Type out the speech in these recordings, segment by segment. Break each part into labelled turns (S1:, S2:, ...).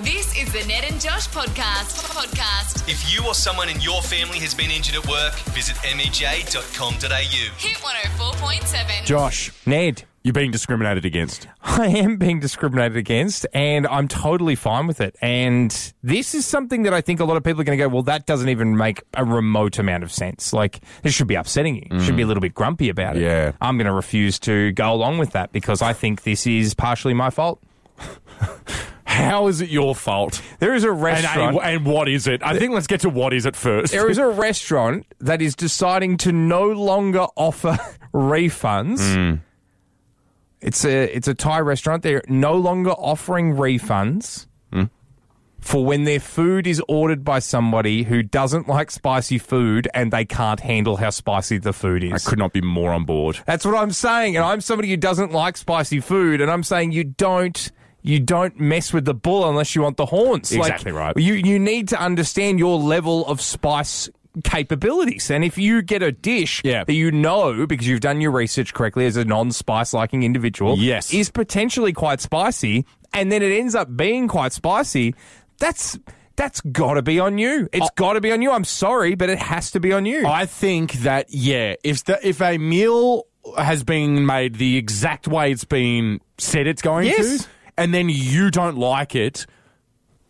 S1: This is the Ned and Josh podcast. Podcast.
S2: If you or someone in your family has been injured at work, visit E mej.com.au.
S1: Hit 104.7.
S3: Josh,
S4: Ned,
S3: you're being discriminated against.
S4: I am being discriminated against, and I'm totally fine with it. And this is something that I think a lot of people are going to go, well, that doesn't even make a remote amount of sense. Like, this should be upsetting you. You Should be a little bit grumpy about it.
S3: Mm. Yeah.
S4: I'm going to refuse to go along with that because I think this is partially my fault.
S3: How is it your fault?
S4: There is a
S3: And,
S4: restaurant.
S3: and, and what is it? I think let's get to what is it first.
S4: there is a restaurant that is deciding to no longer offer refunds. It's a it's a Thai restaurant. They're no longer offering refunds for when their food is ordered by somebody who doesn't like spicy food and they can't handle how spicy the food
S3: I
S4: is.
S3: could not be more on board.
S4: That's what I'm saying, and I'm somebody who doesn't like spicy food, and I'm saying you don't. You don't mess with the bull unless you want the horns.
S3: Exactly right.
S4: You you need to understand your level of spice capabilities, and if you get a dish
S3: Yeah.
S4: that you know because you've done your research correctly as a non-spice liking individual,
S3: Yes.
S4: is potentially quite spicy, and then it ends up being quite spicy. That's that's got to be on you. It's got to be on you. I'm sorry, but it has to be on you.
S3: I think that yeah, if the, if a meal has been made the exact way it's been said it's going
S4: Yes.
S3: to, and then you don't like it,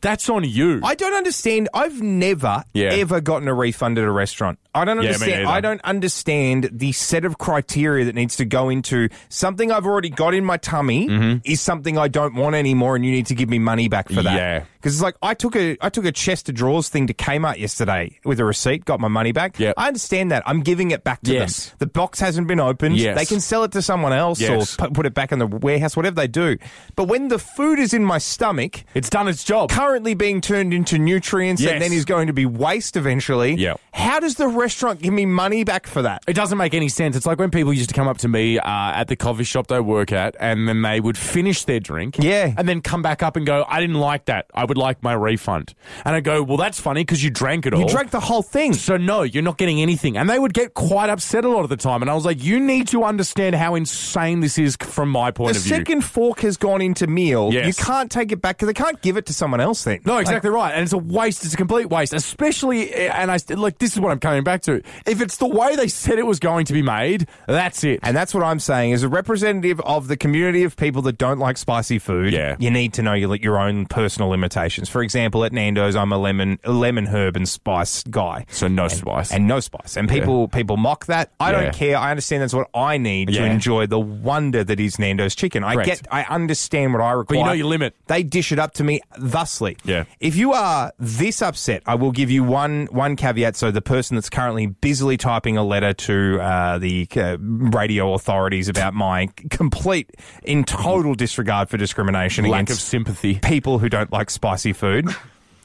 S3: that's on you.
S4: I don't understand. I've never
S3: Yeah.
S4: ever gotten a refund at a restaurant. I don't
S3: Yeah, me
S4: understand.
S3: neither.
S4: I don't understand the set of criteria that needs to go into something I've already got in my tummy
S3: Mm-hmm.
S4: is something I don't want anymore, and you need to give me money back for that.
S3: Yeah.
S4: because it's like I took a I took a chest of drawers thing to Kmart yesterday with a receipt, got my money back.
S3: Yep.
S4: I understand that. I'm giving it back to
S3: Yes.
S4: them. The box hasn't been opened.
S3: Yes.
S4: they can sell it to someone else
S3: Yes.
S4: or pu- put it back in the warehouse, whatever they do. But when the food is in my stomach
S3: it's done its job.
S4: currently being turned into nutrients
S3: Yes.
S4: and then is going to be waste eventually.
S3: Yeah.
S4: How does the restaurant give me money back for that?
S3: It doesn't make any sense. It's like when people used to come up to me uh, at the coffee shop they work at, and then they would finish their drink,
S4: Yeah.
S3: and then come back up and go, "I didn't like that. I would like my refund." And I go, "Well, that's funny because you drank it all.
S4: You drank the whole thing.
S3: so no, you're not getting anything." And they would get quite upset a lot of the time. And I was like, "You need to understand how insane this is from my point
S4: The
S3: of view."
S4: second fork has gone into meal.
S3: Yes.
S4: You can't take it back because they can't give it to someone else then.
S3: No, exactly right. And it's a waste. It's a complete waste, especially. eh, And I like this is what I'm coming back to. If it's the way they said it was going to be made, that's it.
S4: And that's what I'm saying. As a representative of the community of people that don't like spicy food,
S3: Yeah.
S4: you need to know your, your own personal limitations. For example, at Nando's, I'm a lemon, lemon herb and spice guy.
S3: so no spice.
S4: and no spice. And people people mock that. I
S3: Yeah.
S4: don't care. I understand that's what I need
S3: Yeah.
S4: to enjoy the wonder that is Nando's chicken. I
S3: Correct.
S4: get I understand what I require.
S3: you know your limit.
S4: They dish it up to me thusly.
S3: Yeah.
S4: If you are this upset, I will give you one one caveat. So the person that's currently busily typing a letter to uh, the uh, radio authorities about my complete, in total disregard for discrimination
S3: lack
S4: against
S3: of sympathy.
S4: people who don't like spicy food.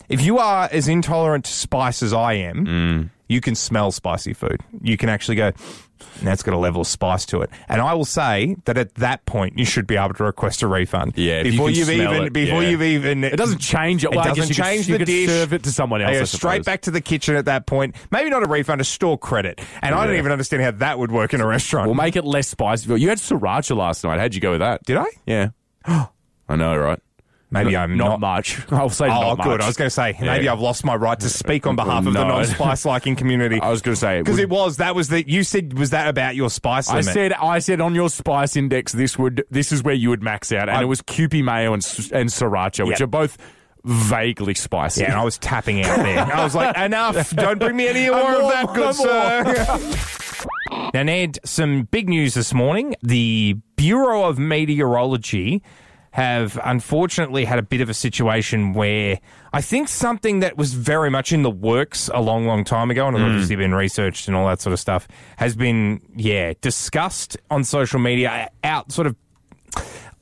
S4: if you are as intolerant to spice as I am,
S3: Mm.
S4: you can smell spicy food. You can actually go, that's got a level of spice to it. And I will say that at that point, you should be able to request a refund.
S3: Yeah, if you
S4: before
S3: can
S4: have
S3: smell
S4: even
S3: it,
S4: before
S3: yeah.
S4: you've even
S3: It doesn't change it. Well, I guess
S4: doesn't
S3: you could-
S4: change
S3: you
S4: the
S3: could
S4: dish.
S3: serve it to someone else,
S4: They
S3: I
S4: go
S3: suppose.
S4: straight back to the kitchen at that point. Maybe not a refund, a store credit. And I don't
S3: Yeah.
S4: even understand how that would work in a restaurant.
S3: We'll make it less spicy. You had sriracha last night. How'd you go with that?
S4: Did I?
S3: Yeah. I know, right?
S4: Maybe
S3: N-
S4: I'm
S3: not,
S4: not
S3: much. I'll say
S4: Oh,
S3: not much.
S4: good. I was going to say maybe
S3: Yeah.
S4: I've lost my right to speak on behalf of the
S3: No.
S4: non-spice liking community.
S3: I was gonna say, it
S4: because it
S3: would-
S4: was that was the you said was that about your spice
S3: I
S4: limit?
S3: said I said on your spice index this would this is where you would max out, and
S4: I-
S3: it was Kewpie mayo and s- and sriracha, which
S4: Yeah.
S3: are both vaguely spicy.
S4: yeah, and I was tapping out there. I was like, enough! Don't bring me any more of that, good sir. now, Ned, some big news this morning. The Bureau of Meteorology have unfortunately had a bit of a situation where I think something that was very much in the works a long, long time ago, and it's obviously been researched and all that sort of stuff, has been, yeah, discussed on social media out sort of.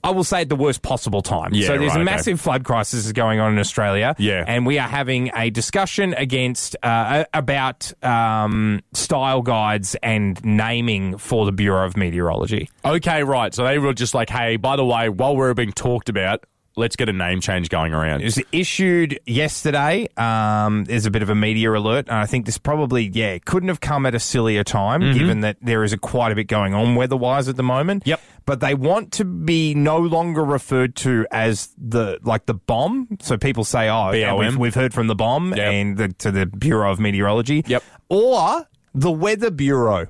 S4: I will say at the worst possible time.
S3: Yeah,
S4: so there's
S3: right, okay.
S4: a massive flood crisis is going on in Australia.
S3: Yeah.
S4: And we are having a discussion against uh, about um, style guides and naming for the Bureau of Meteorology.
S3: Okay, right. So they were just like, hey, by the way, while we're being talked about, let's get a name change going around.
S4: It was issued yesterday. Um, there's a bit of a media alert, and I think this probably, yeah, couldn't have come at a sillier time,
S3: Mm-hmm.
S4: given that there is a, quite a bit going on weather-wise at the moment.
S3: Yep.
S4: But they want to be no longer referred to as the like the bomb. So people say, "Oh, yeah,
S3: BOM.
S4: we've, we've heard from the bomb
S3: Yep.
S4: and the, to the Bureau of Meteorology."
S3: Yep.
S4: Or the Weather Bureau.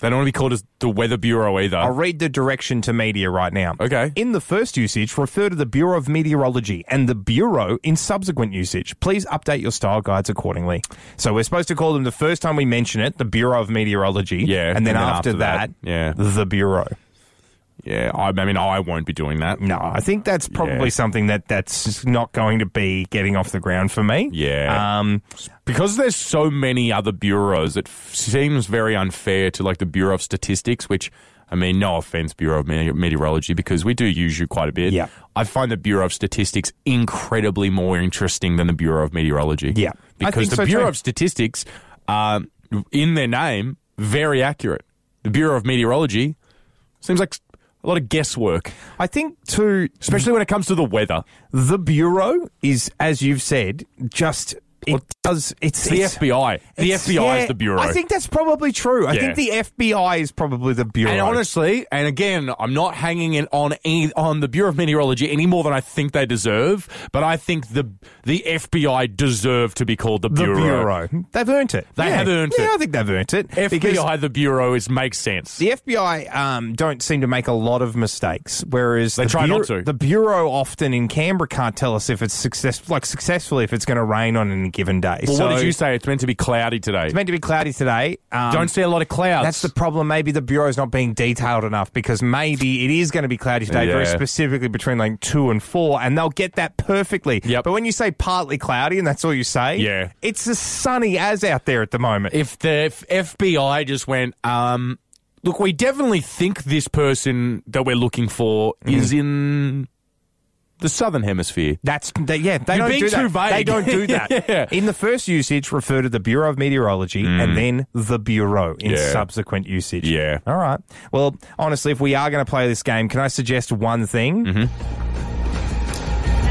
S3: They don't want to be called as the Weather Bureau either.
S4: I'll read the direction to media right now.
S3: Okay.
S4: In the first usage, refer to the Bureau of Meteorology and the Bureau in subsequent usage. Please update your style guides accordingly. So we're supposed to call them the first time we mention it, the Bureau of Meteorology.
S3: Yeah,
S4: And then, after, that,
S3: yeah.
S4: the Bureau.
S3: yeah, I, I mean, I won't be doing that.
S4: No, I think that's probably
S3: Yeah.
S4: something that that's not going to be getting off the ground for me.
S3: Yeah.
S4: Um,
S3: Because there's so many other bureaus, it f- seems very unfair to like the Bureau of Statistics, which, I mean, no offense, Bureau of Mete- Meteorology, because we do use you quite a bit.
S4: Yeah.
S3: I find the Bureau of Statistics incredibly more interesting than the Bureau of Meteorology.
S4: Yeah. I
S3: Because
S4: think
S3: the
S4: so
S3: Bureau
S4: too.
S3: of Statistics, um, in their name, very accurate. The Bureau of Meteorology seems like s- a lot of guesswork,
S4: I think to
S3: especially when it comes to the weather.
S4: the Bureau is, as you've said, just. It does. It's
S3: The
S4: it's-
S3: FBI. The
S4: It's-
S3: FBI
S4: yeah,
S3: is the Bureau.
S4: I think that's probably true. I
S3: Yeah.
S4: think the FBI is probably the bureau.
S3: And honestly, and again, I'm not hanging in on any, on the Bureau of Meteorology any more than I think they deserve. But I think the the FBI deserve to be called the
S4: the
S3: Bureau.
S4: bureau. They've earned it.
S3: They
S4: Yeah.
S3: have earned
S4: Yeah,
S3: it.
S4: I think they've earned it.
S3: FBI,
S4: Because
S3: the Bureau is makes sense.
S4: the FBI um, don't seem to make a lot of mistakes, whereas they the
S3: try not
S4: Bureau-
S3: to.
S4: The bureau often in Canberra can't tell us if it's success, like successfully if it's going to rain on any given day.
S3: well,
S4: so
S3: what did you say? It's meant to be cloudy today.
S4: It's meant to be cloudy today. Um,
S3: Don't see a lot of clouds.
S4: That's the problem. Maybe the bureau's not being detailed enough because maybe it is going to be cloudy today, very
S3: Yeah.
S4: specifically between like two and four, and they'll get that perfectly.
S3: Yep.
S4: But when you say partly cloudy and that's all you say,
S3: Yeah.
S4: it's as sunny as out there at the moment.
S3: if the f- FBI just went, um, look, we definitely think this person that we're looking for
S4: Mm-hmm.
S3: is in the southern hemisphere.
S4: that's that, yeah. They
S3: You're
S4: don't
S3: being
S4: do
S3: too
S4: that. They
S3: vague.
S4: don't do that.
S3: Yeah. Mm.
S4: In the first usage, refer to the Bureau of Meteorology and then the Bureau in
S3: Yeah.
S4: subsequent usage.
S3: Yeah.
S4: All right. Well, honestly, if we are going to play this game, can I suggest one thing?
S3: Mm-hmm.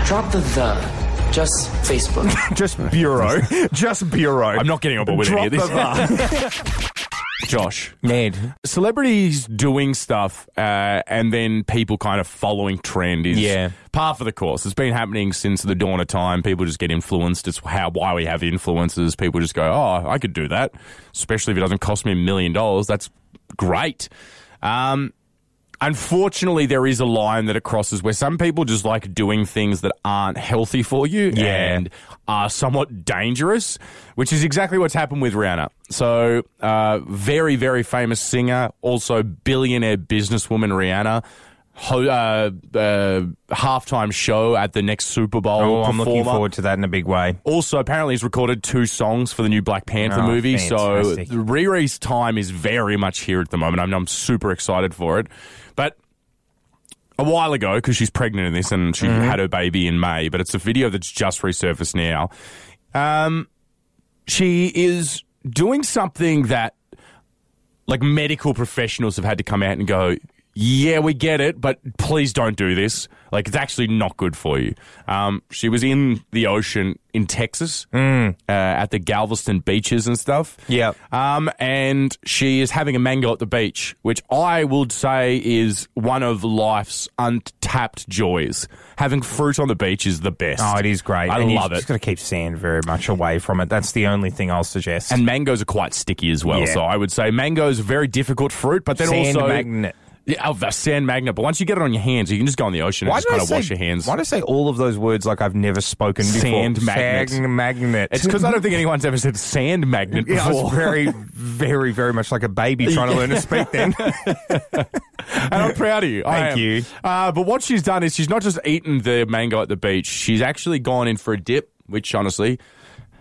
S5: Drop the the. Just Facebook.
S4: Just Bureau. Just Bureau.
S3: I'm not getting on board with
S4: Drop
S3: any of
S4: the
S3: this. Josh.
S4: Ned.
S3: celebrities doing stuff uh, and then people kind of following trend is
S4: Yeah.
S3: par for the course. It's been happening since the dawn of time. People just get influenced. It's how why we have influencers. People just go, "Oh, I could do that," especially if it doesn't cost me a million dollars. That's great. Um, unfortunately, there is a line that it crosses where some people just like doing things that aren't healthy for you
S4: Yeah.
S3: and are somewhat dangerous, which is exactly what's happened with Rihanna. So, uh, very, very famous singer, also billionaire businesswoman Rihanna. Ho- uh, uh, halftime show at the next Super Bowl.
S4: Oh, I'm looking
S3: performer.
S4: forward to that in a big way.
S3: Also, apparently, he's recorded two songs for the new Black Panther
S4: Oh,
S3: movie.
S4: fantastic.
S3: So Riri's time is very much here at the moment. I'm, I'm super excited for it. But a while ago, because she's pregnant in this and
S4: Mm-hmm.
S3: she had her baby in May, but it's a video that's just resurfaced now. Um, she is doing something that like medical professionals have had to come out and go, yeah, we get it, but please don't do this. Like, it's actually not good for you. Um, she was in the ocean in Texas
S4: Hmm.
S3: uh, at the Galveston beaches and stuff.
S4: Yep.
S3: Um, and she is having a mango at the beach, which I would say is one of life's untapped joys. Having fruit on the beach is the best.
S4: Oh, it is great.
S3: I
S4: and you
S3: love it.
S4: Just got to keep sand very much away from it. That's the only thing I'll suggest.
S3: And mangoes are quite sticky as well.
S4: Yeah.
S3: So I would say mangoes are very difficult fruit, but then
S4: sand
S3: also
S4: magnet.
S3: Yeah, oh, the sand magnet. But once you get it on your hands, you can just go in the ocean and just kind of wash your hands.
S4: Why do I say all of those words like I've never spoken before?
S3: Sand magnet.
S4: Sand magnet.
S3: It's because I don't think anyone's ever said sand magnet
S4: Yeah, I
S3: before.
S4: was very, very, very much like a baby trying to learn to speak then.
S3: and I'm proud of you. I
S4: Thank
S3: am.
S4: you.
S3: Uh, but what she's done is she's not just eaten the mango at the beach. She's actually gone in for a dip, which honestly,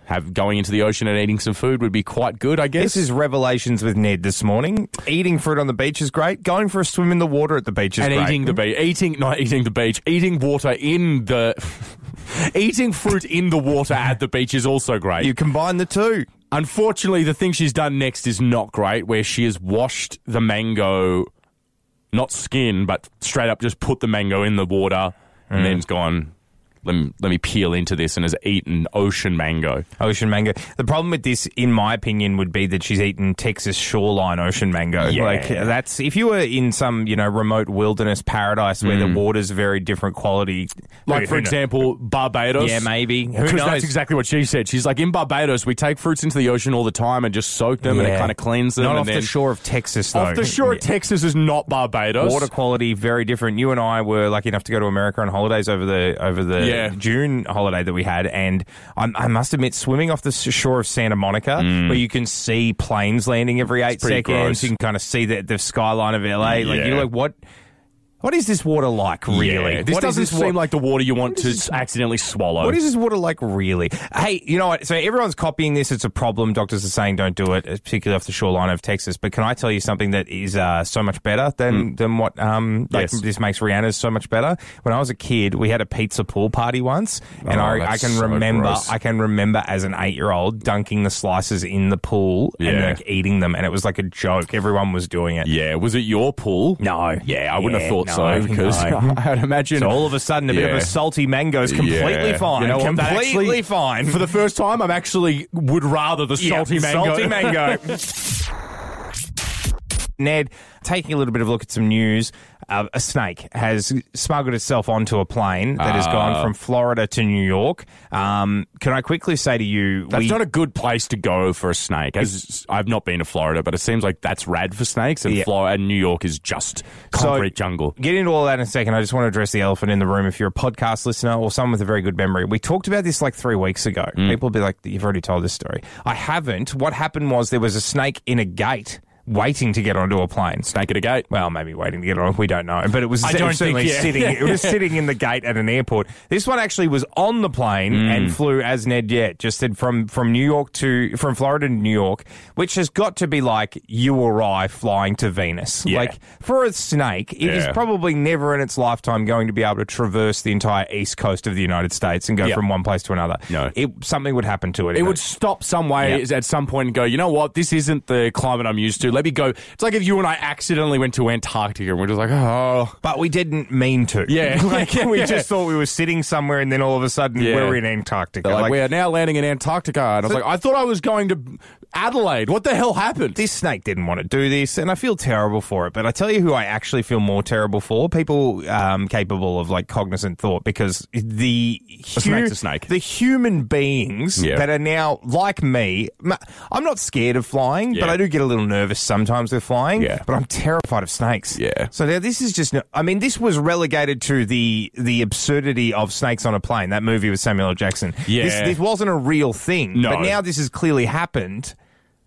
S3: have going into the ocean and eating some food would be quite good, I guess.
S4: this is Revelations with Ned this morning. Eating fruit on the beach is great. Going for a swim in the water at the beach is
S3: and
S4: great.
S3: eating the beach, eating not eating the beach, eating water in the, eating fruit in the water at the beach is also great.
S4: You combine the two.
S3: Unfortunately, the thing she's done next is not great, where she has washed the mango, not skin, but straight up just put the mango in the water and
S4: Mm.
S3: then's gone. Let me, let me peel into this and has eaten ocean mango.
S4: Ocean mango. The problem with this, in my opinion, would be that she's eaten Texas shoreline ocean mango.
S3: Yeah.
S4: Like that's if you were in some you know remote wilderness paradise where the water's very different quality.
S3: Mm. Like,
S4: Who-
S3: for
S4: who kno-
S3: example, Barbados.
S4: yeah, maybe. Who
S3: Because
S4: knows?
S3: that's exactly what she said. She's like, in Barbados, we take fruits into the ocean all the time and just soak them and it
S4: Yeah.
S3: kind of cleans them.
S4: Not
S3: and
S4: off
S3: then-
S4: the shore of Texas, though.
S3: Off the shore, of Texas is not Barbados.
S4: Water quality very different. You and I were lucky enough to go to America on holidays over the over the
S3: Yeah.
S4: June holiday that we had, and I, I must admit, swimming off the s- shore of Santa Monica, where you can see planes landing every eight
S3: Mm. pretty
S4: seconds,
S3: gross.
S4: you can kind of see the, the skyline of LA. Like
S3: Yeah.
S4: you're like, what? What is this water like, really?
S3: This
S4: What is
S3: doesn't
S4: wa-
S3: seem like the water you want to accidentally swallow.
S4: What is this water like, really? Hey, you know what? So everyone's copying this. It's a problem. Doctors are saying don't do it, particularly off the shoreline of Texas. But can I tell you something that is uh, so much better than than what um, like
S3: Hmm. Yes.
S4: this makes Rihanna's so much better? When I was a kid, we had a pizza pool party once, and
S3: Oh,
S4: I,
S3: that's
S4: I can
S3: so
S4: remember
S3: gross.
S4: I can remember as an eight year old dunking the slices in the pool and
S3: Yeah.
S4: like eating them, and it was like a joke. Everyone was doing it.
S3: Yeah, was it your pool?
S4: No.
S3: Yeah, I wouldn't have
S4: Yeah,
S3: thought
S4: no,
S3: so because
S4: no.
S3: I'd imagine
S4: So all of a sudden, a bit of
S3: Yeah.
S4: a salty mango is completely
S3: Yeah.
S4: fine.
S3: You know what? That
S4: completely
S3: actually-
S4: fine.
S3: for the first time, I'm actually would rather the salty mango.
S4: Salty mango. Ned, taking a little bit of a look at some news, uh, a snake has smuggled itself onto a plane that has
S3: Ah.
S4: gone from Florida to New York. Um, can I quickly say to you,
S3: That's
S4: we-
S3: not a good place to go for a snake. As I've not been to Florida, but it seems like that's rad for snakes, and
S4: Yeah.
S3: Florida and New York is just
S4: So-
S3: concrete jungle.
S4: Get into all that in a second. I just want to address the elephant in the room. If you're a podcast listener or someone with a very good memory, we talked about this like three weeks ago.
S3: Mm.
S4: People will be like, "You've already told this story." I haven't. What happened was there was a snake in a gate waiting to get onto a plane.
S3: Snake at a gate.
S4: Well, maybe waiting to get on. We don't know, but it was,
S3: I
S4: it was
S3: don't think-
S4: certainly
S3: yeah.
S4: sitting. It was sitting in the gate at an airport. This one actually was on the plane
S3: Mm.
S4: and flew as Ned Yet just said from from New York to from Florida to New York, which has got to be like you or I flying to Venus.
S3: Yeah.
S4: Like for a snake, it is
S3: Yeah.
S4: probably never in its lifetime going to be able to traverse the entire east coast of the United States and go
S3: Yeah.
S4: from one place to another.
S3: No.
S4: it, something would happen to it.
S3: It
S4: in
S3: would stop some way
S4: Yeah.
S3: at some point and go, you know what? This isn't the climate I'm used to. Let me go. It's like if you and I accidentally went to Antarctica and we're just like, oh.
S4: But we didn't mean to.
S3: Yeah.
S4: like, we
S3: Yeah.
S4: just thought we were sitting somewhere and then all of a sudden
S3: Yeah.
S4: we're in Antarctica.
S3: They're like,
S4: Like,
S3: we are now landing in Antarctica. And I was like, I thought I was going to Adelaide. What the hell happened?
S4: this snake didn't want to do this, and I feel terrible for it. But I tell you who I actually feel more terrible for people um, capable of like cognizant thought because the hu-
S3: snake's a snake.
S4: the human beings
S3: Yeah.
S4: that are now like me. m- I'm not scared of flying, but
S3: Yeah.
S4: I do get a little nervous sometimes with flying.
S3: Yeah.
S4: but I'm terrified of snakes.
S3: Yeah.
S4: So now this is just. no- I mean, this was relegated to the the absurdity of snakes on a plane. That movie with Samuel L. Jackson.
S3: Yeah.
S4: This, this wasn't a real thing.
S3: No.
S4: But now this has clearly happened.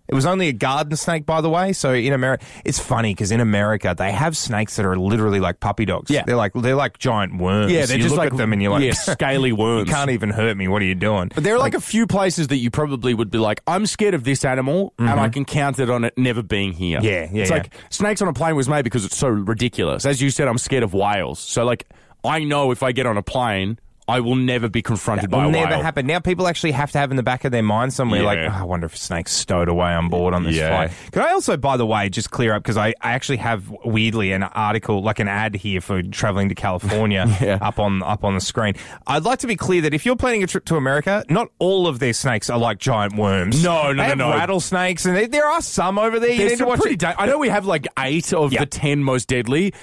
S4: It was only a garden snake, by the way. So in America, it's funny because in America they have snakes that are literally like puppy dogs.
S3: Yeah.
S4: they're like they're like giant worms.
S3: Yeah, they're
S4: you
S3: just
S4: look
S3: like-
S4: at them and you're like,
S3: yeah, scaly worms.
S4: you can't even hurt me. What are you doing?
S3: But there are like, a few places that you probably would be like, I'm scared of this animal, and I can count it on it never being here.
S4: Mm-hmm. Yeah, yeah,
S3: It's
S4: yeah.
S3: like snakes on a plane was made because it's so ridiculous. As you said, I'm scared of whales. So like, I know if I get on a plane, I will never be confronted by
S4: will
S3: a
S4: never
S3: whale.
S4: happen. Now people actually have to have in the back of their mind somewhere
S3: Yeah.
S4: like, "Oh, I wonder if a snake's stowed away on board on this
S3: Yeah.
S4: flight. Can I also, by the way, just clear up because I, I actually have weirdly an article, like an ad here for traveling to California
S3: Yeah.
S4: up on up on the screen. I'd like to be clear that if you're planning a trip to America, not all of their snakes are like giant worms.
S3: No, no,
S4: They
S3: no,
S4: have
S3: no.
S4: Rattlesnakes and there- there are some over there. you
S3: There's
S4: need to
S3: some
S4: watch
S3: pretty
S4: it.
S3: da- I know we have like eight of
S4: Yeah.
S3: the ten most deadly.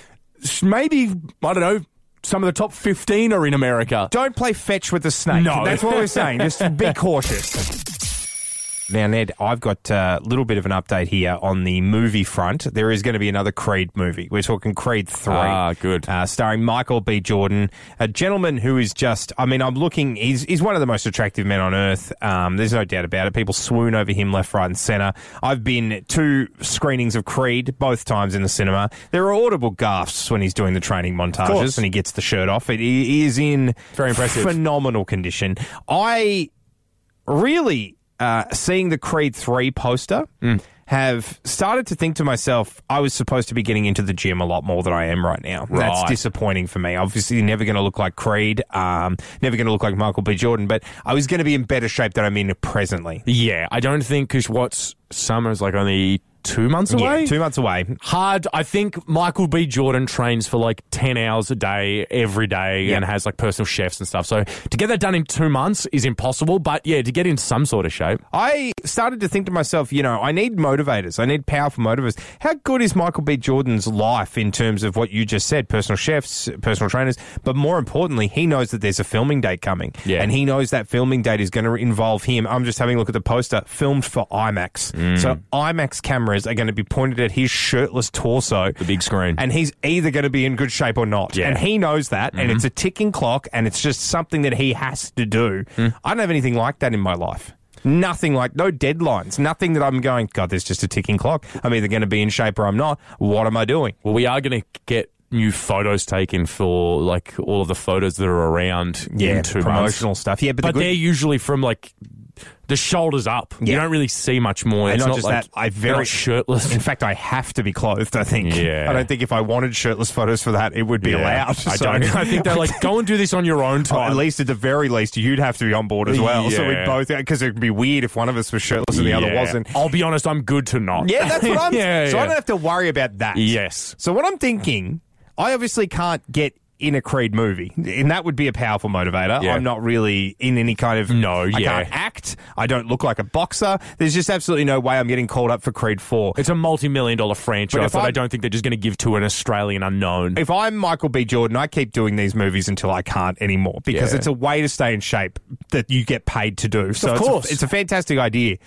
S3: S- Maybe I don't know. Some of the top fifteen are in America.
S4: Don't play fetch with the snake.
S3: No.
S4: That's what we're saying. Just be cautious. Now, Ned, I've got uh, a little bit of an update here on the movie front. There is going to be another Creed movie. We're talking Creed 3.
S3: Ah, good.
S4: Uh, starring Michael B. Jordan, a gentleman who is just, I mean, I'm looking, he's, he's one of the most attractive men on earth. Um, there's no doubt about it. People swoon over him left, right, and centre. I've been to screenings of Creed both times in the cinema. There are audible gasps when he's doing the training montages
S3: course.
S4: and he gets the shirt off. It, he is in
S3: Very impressive.
S4: phenomenal condition. I really uh, seeing the Creed 3 poster
S3: Mm.
S4: have started to think to myself, I was supposed to be getting into the gym a lot more than I am right now. That's
S3: Right.
S4: disappointing for me. Obviously, never going to look like Creed, um, never going to look like Michael B. Jordan, but I was going to be in better shape than I'm in presently.
S3: Yeah, I don't think because what's summer's like only two months away.
S6: Yeah, two months away.
S3: Hard. I think Michael B. Jordan trains for like 10 hours a day every day
S6: Yeah.
S3: and has like personal chefs and stuff. So to get that done in two months is impossible. But yeah, to get in some sort of shape.
S6: I
S4: started to think to myself, you know, I need motivators. I need powerful motivators. How good is Michael B. Jordan's life in terms of what you just said? Personal chefs, personal trainers, but more importantly, he knows that there's a filming date coming,
S3: Yeah.
S4: and he knows that filming date is going to involve him. I'm just having a look at the poster, filmed for IMAX. So IMAX cameras are going to be pointed at his shirtless torso,
S3: The big screen.
S4: and he's either going to be in good shape or not.
S3: Yeah. Mm-hmm.
S4: And he knows that, and it's a ticking clock, and it's just something that he has to do.
S3: Hmm.
S4: I don't have anything like that in my life. Nothing like, no deadlines, nothing that I'm going, God, there's just a ticking clock. I'm either going to be in shape or I'm not. What am I doing?
S3: Well, we are going to get new photos taken for like all of the photos that are around in two months.
S4: promotional stuff. Yeah, but,
S3: But
S4: the good-
S3: they're usually from like the shoulders up. You
S4: Yeah.
S3: don't really see much more.
S4: And
S3: it's
S4: not
S3: not
S4: just
S3: like
S4: that, I
S3: they're
S4: very-
S3: not shirtless.
S4: in fact, I have to be clothed, I think.
S3: Yeah.
S4: I don't think if I wanted shirtless photos for that, it would be
S3: Yeah.
S4: allowed.
S3: I
S4: So-
S3: don't. I think they're like, go and do this on your own
S4: Or
S3: time.
S4: at least, at the very least, you'd have to be on board as well. So we
S3: Yeah.
S4: both, because it'd be weird if one of us was shirtless and the other
S3: Yeah.
S4: wasn't.
S3: I'll be honest, I'm good to not.
S4: Yeah, that's what I'm.
S3: Yeah,
S4: so I
S3: yeah.
S4: don't have to worry about that.
S3: Yes.
S4: So what I'm thinking, I obviously can't get in a Creed movie, and that would be a powerful motivator.
S3: Yeah.
S4: I'm not really in any kind of.
S3: No,
S4: I
S3: yeah.
S4: can't act. I don't look like a boxer. There's just absolutely no way I'm getting called up for Creed Four.
S3: It's a multi-million dollar
S4: But
S3: franchise
S4: if
S3: that I
S4: I'm-
S3: don't think they're just going to give to an Australian unknown.
S4: If I'm Michael B. Jordan, I keep doing these movies until I can't anymore because
S3: Yeah.
S4: it's a way to stay in shape that you get paid to do. So It's,
S3: course.
S4: a, it's a fantastic idea.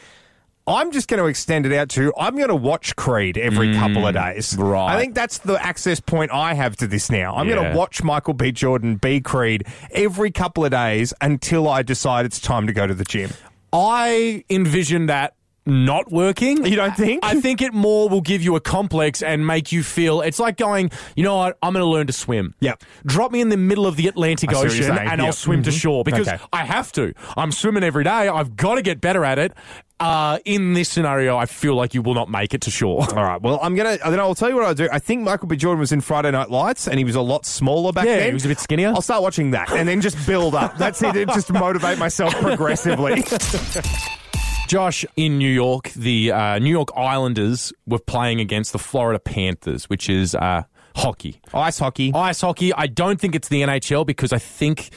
S4: I'm just going to extend it out to I'm going to watch Creed every couple of days.
S3: Mm. right.
S4: I think that's the access point I have to this now. I'm going
S3: Yeah.
S4: to watch Michael B. Jordan be Creed every couple of days until I decide it's time to go to the gym.
S3: I envision that not working.
S4: You don't think?
S3: I think it more will give you a complex and make you feel it's like going, you know what, I'm going to learn to swim.
S4: Yep.
S3: Drop me in the middle of the Atlantic
S4: I see what you're
S3: Ocean
S4: saying.
S3: and I'll
S4: Yep.
S3: swim to
S4: Mhm.
S3: shore because
S4: Okay.
S3: I have to. I'm swimming every day. I've got to get better at it. Uh, in this scenario, I feel like you will not make it to shore.
S4: All right. Well, I'm gonna. Then I'll tell you what I do. I think Michael B. Jordan was in Friday Night Lights, and he was a lot smaller back
S3: Yeah,
S4: then.
S3: he was a bit skinnier.
S4: I'll start watching that, and then just build up. That's it. It Just motivate myself progressively.
S3: Josh, in New York, the uh, New York Islanders were playing against the Florida Panthers, which is uh, hockey.
S4: Ice hockey.
S3: Ice hockey, I don't think it's the NHL because I think.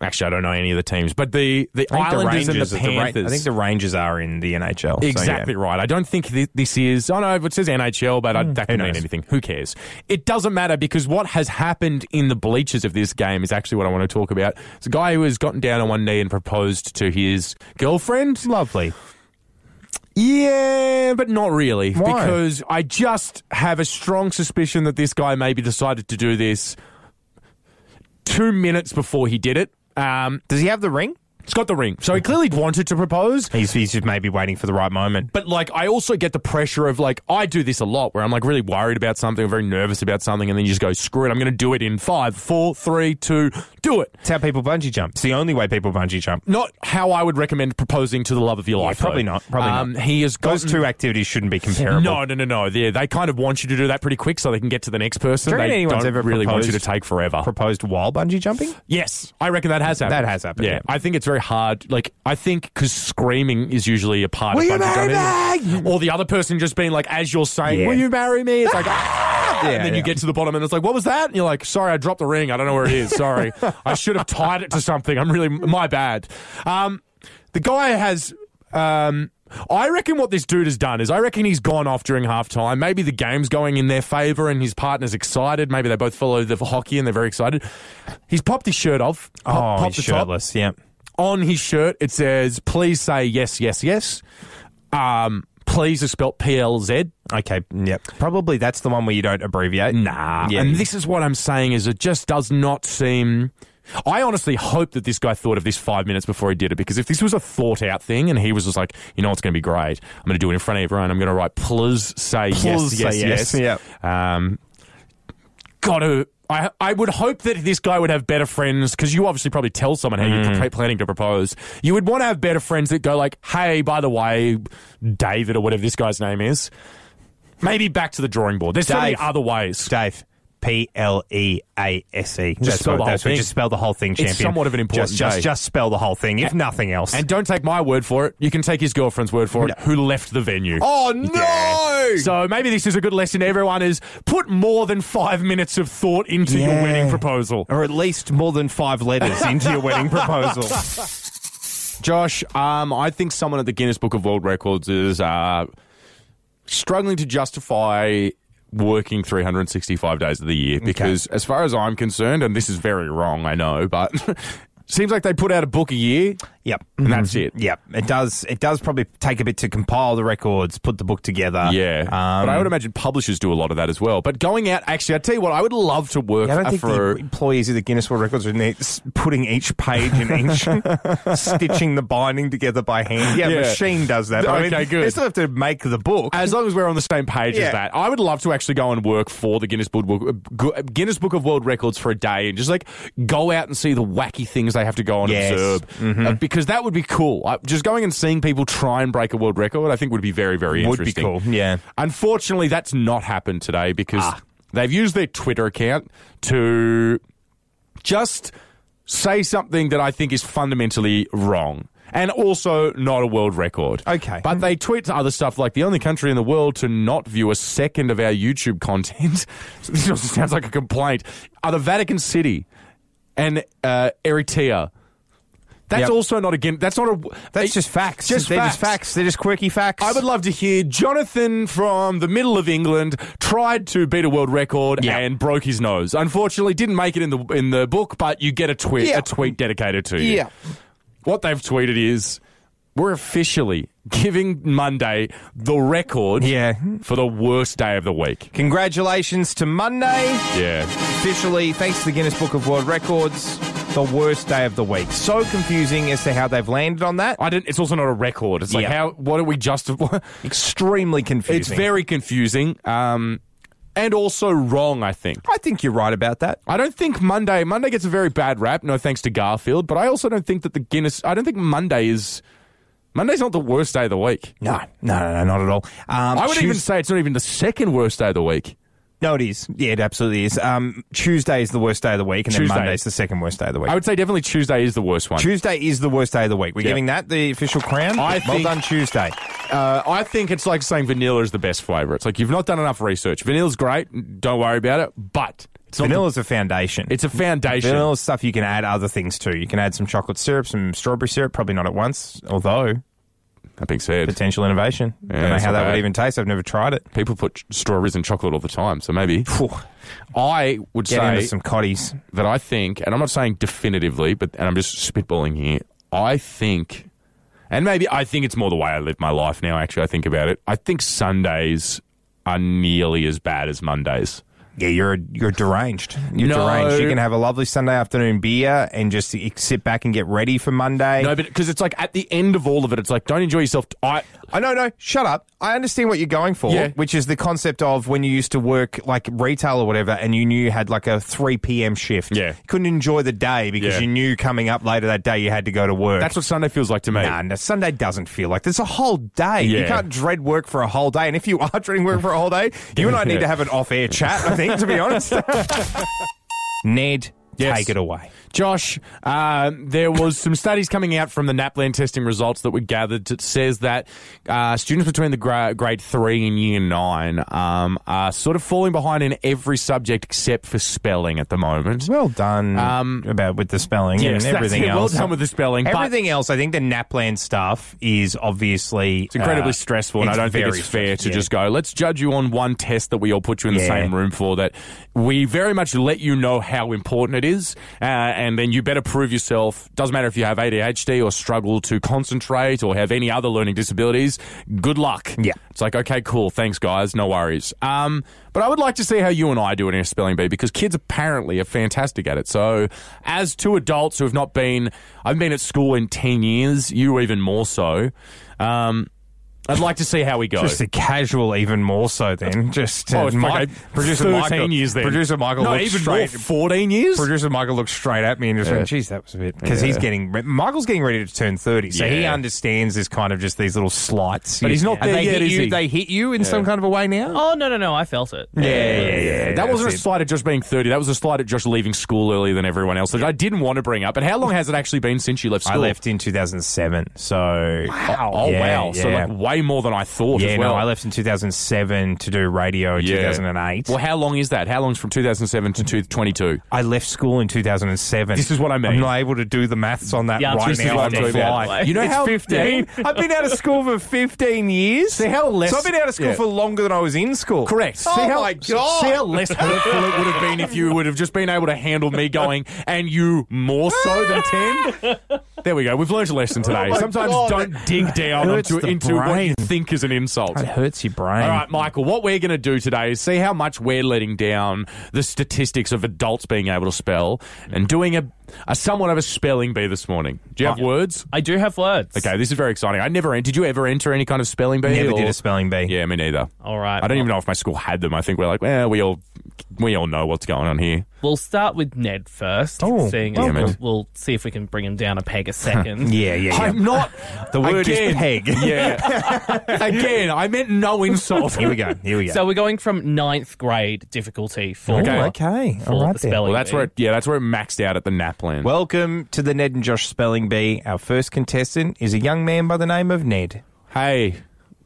S3: Actually, I don't know any of the teams, but the, the Islanders and the Panthers.
S4: I think the Rangers are in the NHL.
S3: Exactly right. I don't think thi- this is. I know it says NHL, but I, that can mean
S4: Hmm. knows?
S3: anything. Who cares? It doesn't matter because what has happened in the bleachers of this game is actually what I want to talk about. It's a guy who has gotten down on one knee and proposed to his girlfriend.
S4: Lovely.
S3: Yeah, but not really.
S4: Why?
S3: Because I just have a strong suspicion that this guy maybe decided to do this two minutes before he did it. Um,
S4: Does he have the ring?
S3: it's got the ring. So he clearly wanted to propose.
S4: He's, he's just maybe waiting for the right moment.
S3: But like, I also get the pressure of like, I do this a lot where I'm like really worried about something, or very nervous about something, and then you just go, screw it, I'm going to do it in five, four, three, two, do it.
S4: It's how people bungee jump. It's the only way people bungee jump.
S3: Not how I would recommend proposing to the love of your life.
S4: probably
S3: though.
S4: not, probably
S3: um,
S4: not.
S3: He has
S4: Those
S3: gotten-
S4: two activities shouldn't be comparable.
S3: No, no, no, no. They, they kind of want you to do that pretty quick so they can get to the next person.
S4: Do you reckon
S3: they
S4: anyone's
S3: don't
S4: ever
S3: really want you to
S4: proposed-
S3: take forever.
S4: Proposed while bungee jumping?
S3: yes, I reckon that has happened.
S4: That has happened,
S3: Yeah,
S4: yeah.
S3: I think it's very hard. Like, I think because screaming is usually a part
S4: Will
S3: of
S4: you
S3: bungee
S4: marry
S3: jumping. or the other person just being like, as you're saying,
S4: Yeah.
S3: "Will you marry me?" It's like. "Ah!"
S4: Yeah,
S3: and then
S4: yeah.
S3: you get to the bottom and it's like, what was that? And you're like, sorry, I dropped the ring. I don't know where it is. Sorry. I should have tied it to something. I'm really, my bad. Um, the guy has, um, I reckon what this dude has done is I reckon he's gone off during halftime. Maybe the game's going in their favour and his partner's excited. Maybe they both follow the hockey and they're very excited. He's popped his shirt off. Pop,
S4: oh,
S3: popped
S4: he's
S3: the top
S4: shirtless. Yeah.
S3: on his shirt it says please say yes yes yes um please is spelt plz
S4: Okay. Yep. Probably that's the one where you don't abbreviate.
S3: nah
S4: Yeah.
S3: and this is what i'm saying is it just does not seem I honestly hope that this guy thought of this five minutes before he did it because if this was a thought out thing and he was just like, you know, it's going to be great. I'm going to do it in front of everyone. I'm going to write, please say
S4: Please
S3: yes,
S4: say yes."
S3: yes, yes. Um, gotta. I, I would hope that this guy would have better friends because you obviously probably tell someone how
S4: Mm.
S3: you're pre- planning to propose. You would want to have better friends that go like, "Hey, by the way, David or whatever this guy's name is, maybe back to the drawing board." There's so many
S4: Dave.
S3: other ways.
S4: Dave, P L E A S E. Just
S7: spell the whole
S4: that's what-
S7: thing.
S4: Just spell the whole thing, champion.
S3: somewhat of an important
S4: Just, just,
S3: day.
S4: just spell the whole thing, if nothing else.
S3: And don't take my word for it. You can take his girlfriend's word for it, who left the venue.
S4: oh no!
S3: So maybe this is a good lesson to everyone is put more than five minutes of thought into your
S4: Yeah.
S3: wedding proposal.
S4: or at least more than five letters into your wedding proposal.
S3: Josh, um, I think someone at the Guinness Book of World Records is uh, struggling to justify working 365 days of the year because, as far as I'm concerned, and this is very wrong, I know, but seems like they put out a book a year
S4: Yep,
S3: and that's it.
S4: Yep, it does. It does probably take a bit to compile the records, put the book together.
S3: Yeah,
S4: um,
S3: but I would imagine publishers do a lot of that as well. But going out, actually, I tell you what, I would love to work
S4: Yeah, I don't think
S3: for.
S4: the employees of the Guinness World Records are in there s- putting each page in each, stitching the binding together by hand. Yeah,
S3: Yeah.
S4: machine does that. I
S3: Okay,
S4: mean,
S3: good.
S4: They still have to make the book.
S3: as long as we're on the same page
S4: Yeah.
S3: as that, I would love to actually go and work for the Guinness Book Guinness Book of World Records for a day and just like go out and see the wacky things they have to go and
S4: Yes. Mm-hmm.
S3: observe Uh, because that would be cool. I, just going and seeing people try and break a world record, I think would be very very
S4: Would be
S3: interesting.
S4: cool, yeah. Ah.
S3: Unfortunately, that's not happened today because they've used their Twitter account to just say something that I think is fundamentally wrong. And also not a world record.
S4: Okay.
S3: But they tweet other stuff like the only country in the world to not view a second of our YouTube content. So this also sounds like a complaint. Are the Vatican City and uh, Eritrea. That's
S4: Yep.
S3: also not again. That's not a.
S4: That's just facts.
S3: Just
S4: They're
S3: facts.
S4: just facts. They're just quirky facts.
S3: I would love to hear Jonathan from the middle of England tried to beat a world record
S4: Yeah.
S3: and broke his nose. Unfortunately, didn't make it in the in the book, but you get a tweet
S4: Yeah.
S3: a tweet dedicated to you. What they've tweeted is we're officially giving Monday the record
S4: Yeah.
S3: for the worst day of the week.
S4: Congratulations to Monday.
S3: Yeah.
S4: Officially, thanks to the Guinness Book of World Records, the worst day of the week. So confusing as to how they've landed on that.
S3: I didn't it's also not a record. It's like
S4: Yeah.
S3: how what are we justify
S4: Extremely confusing.
S3: It's very confusing. Um and also wrong, I think.
S4: I think you're right about that.
S3: I don't think Monday Monday gets a very bad rap, no thanks to Garfield, but I also don't think that the Guinness I don't think Monday is Monday's not the worst day of the week.
S4: No, no, no, no not at all. Um,
S3: I would even
S4: Tues-
S3: say it's not even the second worst day of the week.
S4: no, it is. Yeah, it absolutely is. Um, Tuesday is the worst day of the week, and
S3: Tuesday.
S4: then Monday is the second worst day of the week.
S3: I would say definitely Tuesday is the worst one.
S4: Tuesday is the worst day of the week. We're
S3: Yeah.
S4: giving that the official crown.
S3: I
S4: well
S3: think-
S4: done, Tuesday.
S3: Uh, I think it's like saying vanilla is the best flavor. It's like you've not done enough research. Vanilla's great, don't worry about it, but it's not
S4: Vanilla's a foundation.
S3: the- it's a foundation.
S4: Vanilla's stuff you can add other things to. You can add some chocolate syrup, some strawberry syrup, probably not at once, although
S3: That being said,
S4: potential innovation. Don't know
S3: it's
S4: how
S3: not
S4: that
S3: bad.
S4: would even taste. I've never tried it.
S3: people put ch- strawberries and chocolate all the time, so maybe
S4: Phew.
S3: I would
S4: Get
S3: say
S4: into some cotties.
S3: that I think, and I'm not saying definitively, but and I'm just spitballing here. I think, and maybe I think it's more the way I live my life now. Actually, I think about it. I think Sundays are nearly as bad as Mondays.
S4: Yeah, you're you're deranged. You're
S3: No.
S4: deranged. You can have a lovely Sunday afternoon beer and just sit back and get ready for Monday.
S3: No, but because it's like at the end of all of it, it's like don't enjoy yourself. I
S4: I Uh, no no shut up. I understand what you're going for,
S3: Yeah.
S4: which is the concept of when you used to work like retail or whatever, and you knew you had like a three p.m. shift.
S3: Yeah.
S4: you couldn't enjoy the day because
S3: Yeah.
S4: you knew coming up later that day you had to go to work.
S3: that's what Sunday feels like to me.
S4: Nah, no, Sunday doesn't feel like there's a whole day. You
S3: Yeah.
S4: can't dread work for a whole day. And if you are dreading work for a whole day, you and I need
S3: Yeah.
S4: to have an off air chat, I think, to be honest. Ned,
S3: Yes.
S4: take it away.
S3: Josh, uh, there was some studies coming out from the NAPLAN testing results that were gathered that says that uh, students between the gra- grade three and year nine um, are sort of falling behind in every subject except for spelling at the moment.
S4: Well done
S3: Um,
S4: about with the spelling
S3: Yes,
S4: and
S3: that's
S4: everything
S3: it. Well
S4: else.
S3: done with the spelling, but-
S4: Everything else, I think the NAPLAN stuff is obviously uh,
S3: It's incredibly stressful, and I don't think it's fair to just go, let's judge you on one test that we all put you in the
S4: Yeah.
S3: same room for. That we very much let you know how important it is, uh, and then you better prove yourself. Doesn't matter if you have ADHD or struggle to concentrate or have any other learning disabilities. Good luck.
S4: Yeah.
S3: It's like, okay, cool. Thanks, guys. No worries. Um, but I would like to see how you and I do it in a spelling bee because kids apparently are fantastic at it. So, as two adults who have not been, I've been at school in 10 years, you even more so. Um, I'd like to see how we go.
S4: Just a casual, even more so. Then just
S3: Oh, it's
S4: Mi-
S3: like
S4: producer
S3: 13
S4: Michael.
S3: years then.
S4: Producer Michael
S3: no,
S4: looked
S3: even
S4: straight.
S3: more, 14 years?
S4: Producer Michael looked straight at me and just went, "Geez, that was a bit." Because he's
S8: Yeah.
S4: getting re- Michael's getting ready to turn thirty, so he
S3: Yeah.
S4: understands this kind of just these little slights.
S3: But he's not
S4: And
S3: there
S4: they
S3: yet,
S4: hit
S3: is
S4: you,
S3: he?
S4: They hit you in some kind of a way now.
S9: Oh no no no! I felt it.
S4: Yeah, yeah, yeah.
S3: that wasn't a
S4: that's it.
S3: slight at just being 30. That was a slight at just leaving school earlier than everyone else, which I didn't want to bring up. But how long has it actually been since you left
S4: I
S3: school?
S4: left in 2007, so wow.
S3: Oh, wow.
S4: Yeah.
S3: So, like, way more than I thought
S4: yeah,
S3: as well.
S4: no, I left in 2007 to do radio in
S3: Yeah.
S4: 2008.
S3: Well, how long is that? How long's from 2007 to 2022?
S4: I left school in 2007.
S3: This is what I mean.
S4: I'm not able to do the maths on that
S9: Yeah, it's
S4: right
S9: just
S4: now on the
S9: 15, by the
S4: fly.
S9: way.
S3: You know
S4: it's
S3: how-
S4: 15. I've been out of school for 15 years.
S3: See how less-
S4: So I've been out of school
S3: Yeah.
S4: for longer than I was in school.
S3: Correct.
S4: Oh
S3: see how,
S4: my god.
S3: See how less hurtful it would have been if you would have just been able to handle me going, and you more so than 10? There we go. We've learned a lesson today. Sometimes
S4: Oh God.
S3: don't dig down
S4: hurts
S3: onto,
S4: the
S3: into what you
S4: brain.
S3: think is an insult.
S4: It hurts your brain.
S3: All right, Michael, what we're going to do today is see how much we're letting down the statistics of adults being able to spell and doing a, a somewhat of a spelling bee this morning. Do you
S4: Oh,
S3: have words?
S9: I do have words.
S3: Okay, this is very exciting. I never did you ever enter any kind of spelling bee?
S4: Never
S3: or-
S4: did a spelling bee.
S3: Yeah, me neither.
S9: All right.
S3: I don't even know if my school had them. I think we're like, well, we all we all know what's going on here.
S9: We'll start with Ned first.
S4: Oh,
S9: seeing
S4: damn
S9: we'll,
S3: it.
S9: we'll see if we can bring him down a peg a second.
S4: Yeah, yeah, yeah.
S3: I'm not
S4: the word
S3: again,
S4: is peg.
S3: Yeah. again, I meant no insult.
S4: Here we go. Here we go. Oh,
S9: So we're going from ninth grade difficulty for
S3: Okay.
S4: okay.
S9: for
S4: All right
S9: the
S4: then.
S9: spelling.
S3: Well, that's
S9: bee.
S3: where it, yeah, that's where it maxed out at the Naplan.
S4: Welcome to the Ned and Josh Spelling Bee. Our first contestant is a young man by the name of Ned.
S3: hey,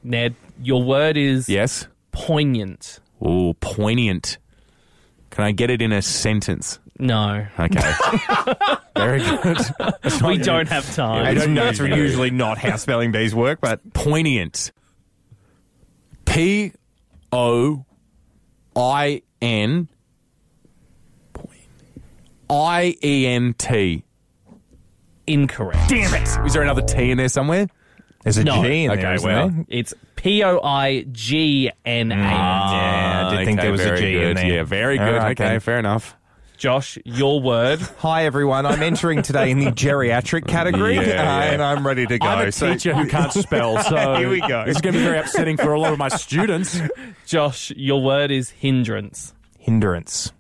S9: Ned, your word is
S3: yes.
S9: poignant.
S3: Ooh, poignant. Can I get it in a sentence?
S9: No,
S3: Okay. Very good.
S9: we don't have
S4: I
S9: time.
S4: don't know. That's usually not how spelling bees work, but
S3: Poignant. P O I N I E N T.
S9: Incorrect.
S3: Damn it. Is there another T in there somewhere?
S4: there's a G
S9: No.
S4: in
S3: Okay,
S4: there. isn't
S3: well.
S4: there?
S9: It's P O I G N
S3: Mm,
S9: A.
S4: Yeah, I did think there was a
S3: Ah, very
S4: G in
S3: good.
S4: there.
S3: Yeah, very
S4: All
S3: good.
S4: right,
S3: okay,
S4: then.
S3: fair enough.
S9: Josh, your word.
S4: Hi everyone. I'm entering today in the geriatric category,
S3: Yeah,
S4: uh,
S3: yeah.
S4: and I'm ready to go.
S3: I'm a
S4: So-
S3: teacher who can't spell, so
S4: Here we go.
S3: This is going to be very upsetting for a lot of my students.
S9: Josh, your word is hindrance.
S4: hindrance.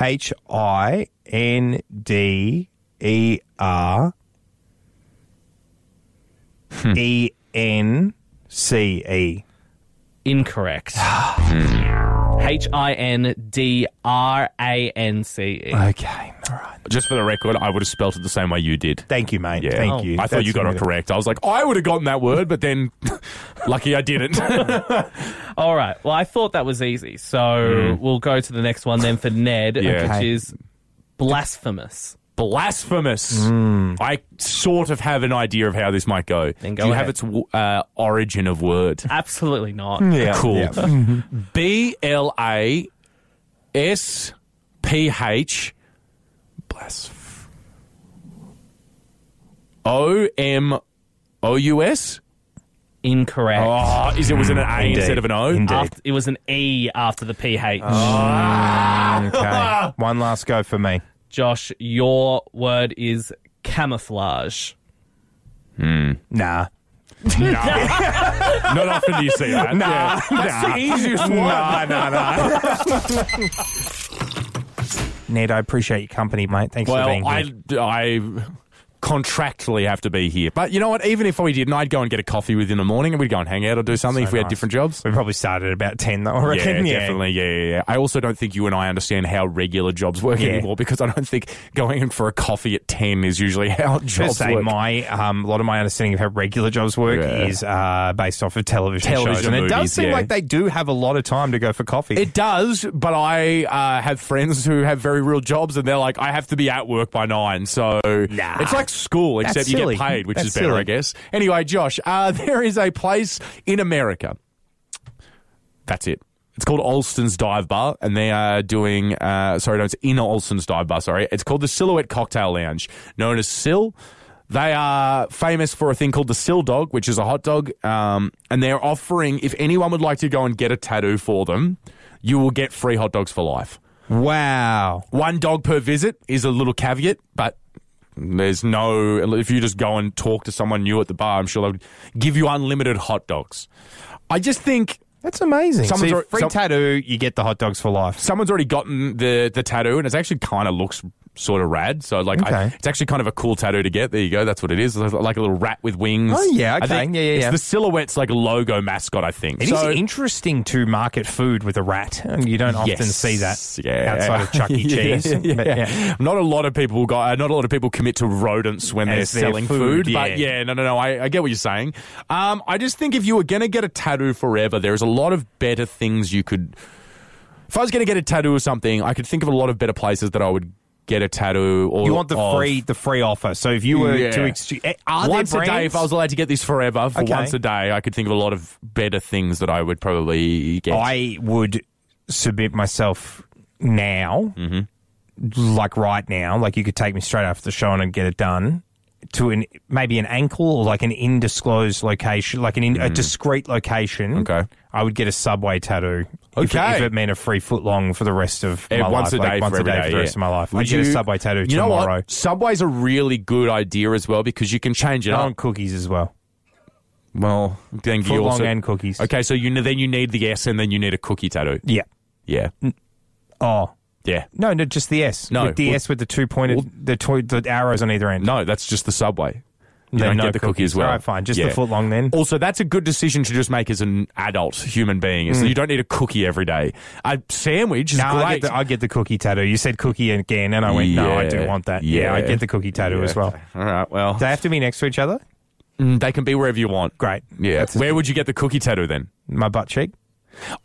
S4: H I N D E R E N C E.
S9: Incorrect. H I N D R A N C E.
S4: Okay, all right.
S3: Just for the record, I would have spelt it the same way you did.
S4: Thank you, mate.
S3: Yeah.
S4: Thank
S9: Oh.
S4: you.
S3: I thought you got it
S4: That's-
S3: correct. I was like, I would have gotten that word, but then lucky I didn't.
S9: All right. Well, I thought that was easy. So we'll go to the next one then for Ned,
S3: Yeah.
S9: which
S4: Okay.
S9: is blasphemous.
S3: Blasphemous. I sort of have an idea of how this might Hmm. go.
S9: Then go
S3: Do you
S9: ahead.
S3: have its w- uh, origin of word?
S9: Absolutely not.
S3: Cool. Mm-hmm.
S4: Yeah.
S3: B L A S P H Blasf O M O U S.
S9: Incorrect.
S3: Oh, is it was it an A
S4: Indeed.
S3: instead of an O?
S4: Indeed.
S9: After, it was an E after the PH.
S4: okay. One last go for me.
S9: Josh, your word is camouflage.
S4: Nah.
S3: Not often do you see that.
S4: Nah.
S3: Yeah. That's
S4: nah.
S3: the easiest one.
S4: Nah, nah, nah. Ned, I appreciate your company, mate. Thanks for being
S3: Well,
S4: here.
S3: I, I contractually have to be here. But you know what? Even if we didn't, I'd go and get a coffee with you in the morning and we'd go and hang out or do something if we had
S4: nice.
S3: different jobs.
S4: We probably started at about 10, though, I
S3: Yeah,
S4: reckon.
S3: definitely. Yeah, yeah, yeah. I also don't think you and I understand how regular jobs work
S4: Yeah.
S3: anymore because I don't think going in for a coffee at 10 is usually how
S4: Just
S3: jobs
S4: say
S3: work.
S4: my um, a lot of my understanding of how regular jobs work
S3: Yeah.
S4: is uh, based off of television,
S3: Television
S4: shows, and it does
S3: movies,
S4: seem
S3: yeah.
S4: like they do have a lot of time to go for coffee.
S3: It does, but I uh, have friends who have very real jobs, and they're like, I have to be at work by nine. So it's like school,
S4: That's
S3: except you
S4: silly.
S3: get paid, which
S4: That's
S3: is better,
S4: silly.
S3: I guess. Anyway, Josh, uh, there is a place in America. That's it. It's called Olston's Dive Bar, and they are doing. Uh, sorry, no, it's in Olston's Dive Bar. Sorry, it's called the Silhouette Cocktail Lounge, known as Sill. They are famous for a thing called the Sill Dog, which is a hot dog, um, and they're offering if anyone would like to go and get a tattoo for them, you will get free hot dogs for life.
S4: wow,
S3: One dog per visit is a little caveat, but There's no if you just go and talk to someone new at the bar, I'm sure they'll give you unlimited hot dogs. I just think
S4: That's amazing.
S3: Someone's
S4: See,
S3: alre-
S4: free
S3: some-
S4: tattoo, you get the hot dogs for life.
S3: someone's already gotten the the tattoo, and it's actually kind of looks sort of rad. So like, I,
S4: Okay.
S3: it's actually kind of a cool tattoo to get. There you go. That's what it is. It's like a little rat with wings.
S4: Oh, yeah,
S3: I
S4: okay.
S3: think
S4: Yeah, yeah,
S3: It's
S4: yeah.
S3: the silhouette's like logo mascot. I think
S4: It is
S3: So-
S4: interesting to market food with a rat. and You don't often
S3: Yes.
S4: see that
S3: Yeah.
S4: outside of Chuck E.
S3: Yeah,
S4: Cheese.
S3: yeah, yeah.
S4: But,
S3: Not a lot of people got. uh, Not a lot of people commit to rodents when they're
S4: As their
S3: selling food.
S4: food,
S3: But
S4: yeah.
S3: yeah, no, no, no. I, I get what you're saying. Um, I just think if you were going to get a tattoo forever, there is a lot of better things you could. If I was going to get a tattoo or something, I could think of a lot of better places that I would get a tattoo. Or
S4: You want the
S3: of.
S4: free the free offer. So if you were
S3: Yeah.
S4: to exchange, are there
S3: once a day,
S4: brands?
S3: if I was allowed to get this forever for
S4: Okay.
S3: once a day, I could think of a lot of better things that I would probably get.
S4: Oh, I would submit myself now,
S3: Mm-hmm.
S4: like right now. Like you could take me straight after the show and I'd get it done to an maybe an ankle or like an indisclosed location, like an in, a discreet location.
S3: Mm. Okay.
S4: I would get a subway tattoo. If, it-
S3: Okay.
S4: if it meant a free foot long for the rest of
S3: Eh,
S4: my
S3: once
S4: life,
S3: a day,
S4: like once
S3: for
S4: a day
S3: every
S4: for the rest
S3: yeah.
S4: of my life.
S3: Would
S4: I'd get a subway tattoo
S3: you know what?
S4: tomorrow.
S3: Subway's a really good idea as well because you can change it
S4: I
S3: up.
S4: want cookies as well.
S3: Well, then you
S4: Footlong
S3: also
S4: and cookies.
S3: Okay, so you ne- then you need the S and then you need a cookie tattoo.
S4: Yeah.
S3: Yeah,
S4: Oh.
S3: yeah.
S4: No, no, just the S.
S3: No,
S4: with the
S3: well-
S4: S with the two pointed,
S3: well-
S4: the, two, the arrows on either end.
S3: No, that's just the subway. You
S4: Then
S3: don't
S4: no
S3: get the cookie
S4: cookies.
S3: as well.
S4: All right, fine. Just the
S3: Yeah.
S4: footlong then.
S3: Also, that's a good decision to just make as an adult human being. Is that you don't need a cookie every day. A sandwich is
S4: No,
S3: great.
S4: Mm. I get, the, I get the cookie tattoo. You said cookie again, and I went, no, I do
S3: Yeah,
S4: want that. Yeah, I
S3: yeah.
S4: get the cookie tattoo as well.
S3: All right. Well,
S4: Do they have to be next to each other?
S3: Mm, they can be wherever you want.
S4: Great.
S3: Yeah.
S4: That's-
S3: Where would you get the cookie tattoo then?
S4: My butt cheek.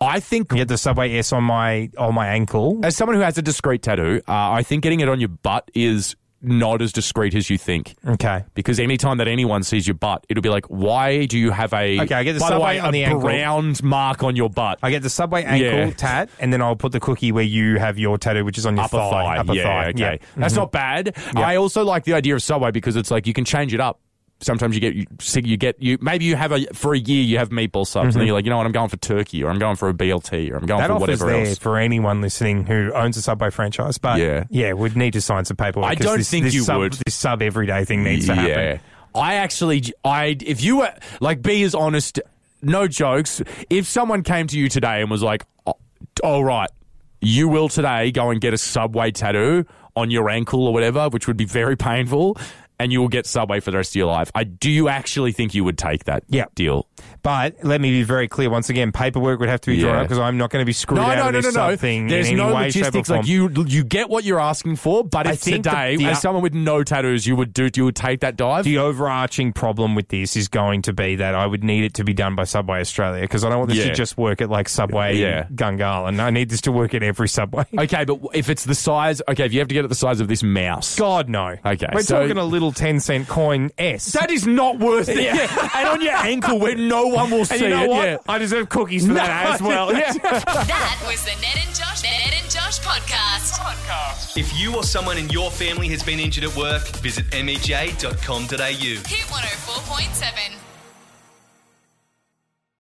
S3: I think
S4: Get the subway S on my on my ankle.
S3: as someone who has a discreet tattoo, uh, I think getting it on your butt is not as discreet as you think.
S4: Okay.
S3: Because anytime that anyone sees your butt, it'll be like, why do you have a
S4: Okay, I get the
S3: by the
S4: subway
S3: way,
S4: on
S3: a
S4: the ankle.
S3: round mark on your butt?
S4: I get the subway ankle
S3: Yeah.
S4: tat, and then I'll put the cookie where you have your tattoo, which is on your
S3: Upper thigh,
S4: Upper
S3: yeah,
S4: thigh.
S3: okay,
S4: Yeah. Mm-hmm.
S3: that's not bad. I also like the idea of subway because it's like you can change it up. Sometimes you get you, see, you get you maybe you have a for a year you have meatball subs and then you're like you know what I'm going for turkey or I'm going for a BLT or I'm
S4: Mm-hmm.
S3: going
S4: That
S3: for
S4: offer's
S3: whatever
S4: there
S3: else.
S4: for anyone listening who owns a Subway franchise, but
S3: Yeah.
S4: yeah, we'd need to sign some paperwork.
S3: I
S4: 'cause
S3: don't
S4: this-
S3: think
S4: this
S3: you
S4: sub,
S3: would.
S4: This sub everyday thing needs to happen.
S3: I actually, I if you were like, be as honest, no jokes. If someone came to you today and was like, "Oh, "All right, you will today go and get a Subway tattoo on your ankle or whatever," which would be very painful, and you will get Subway for the rest of your life. I do you actually think you would take that
S4: Yeah.
S3: deal?
S4: But let me be very clear once again: paperwork would have to be drawn
S3: Yeah.
S4: up because I'm not going to be screwed
S3: No,
S4: out
S3: no,
S4: of
S3: no,
S4: this
S3: no, no.
S4: something
S3: There's
S4: in any
S3: no
S4: way,
S3: logistics.
S4: shape, or form.
S3: Like you, you get what you're asking for, but
S4: I
S3: if
S4: think the-
S3: today,
S4: the-
S3: as someone with no tattoos, you would do, you would take that dive.
S4: the overarching problem with this is going to be that I would need it to be done by Subway Australia because I don't want this
S3: Yeah.
S4: to just work at like Subway
S3: Yeah.
S4: Gungal, and I need this to work at every Subway.
S3: Okay, but if it's the size, okay, if you have to get it the size of this mouse,
S4: God no.
S3: Okay,
S4: we're
S3: so-
S4: talking a little ten cent coin S.
S3: that is not worth it. And on your ankle where no one will see
S4: and you know
S3: it.
S4: what?
S3: Yeah.
S4: I deserve cookies for that as well. Yeah.
S1: That was the Ned and Josh Ned and Josh podcast.
S2: If you or someone in your E
S1: oh
S2: family has been injured at work, visit mej.com.au.
S1: Hit 104.7.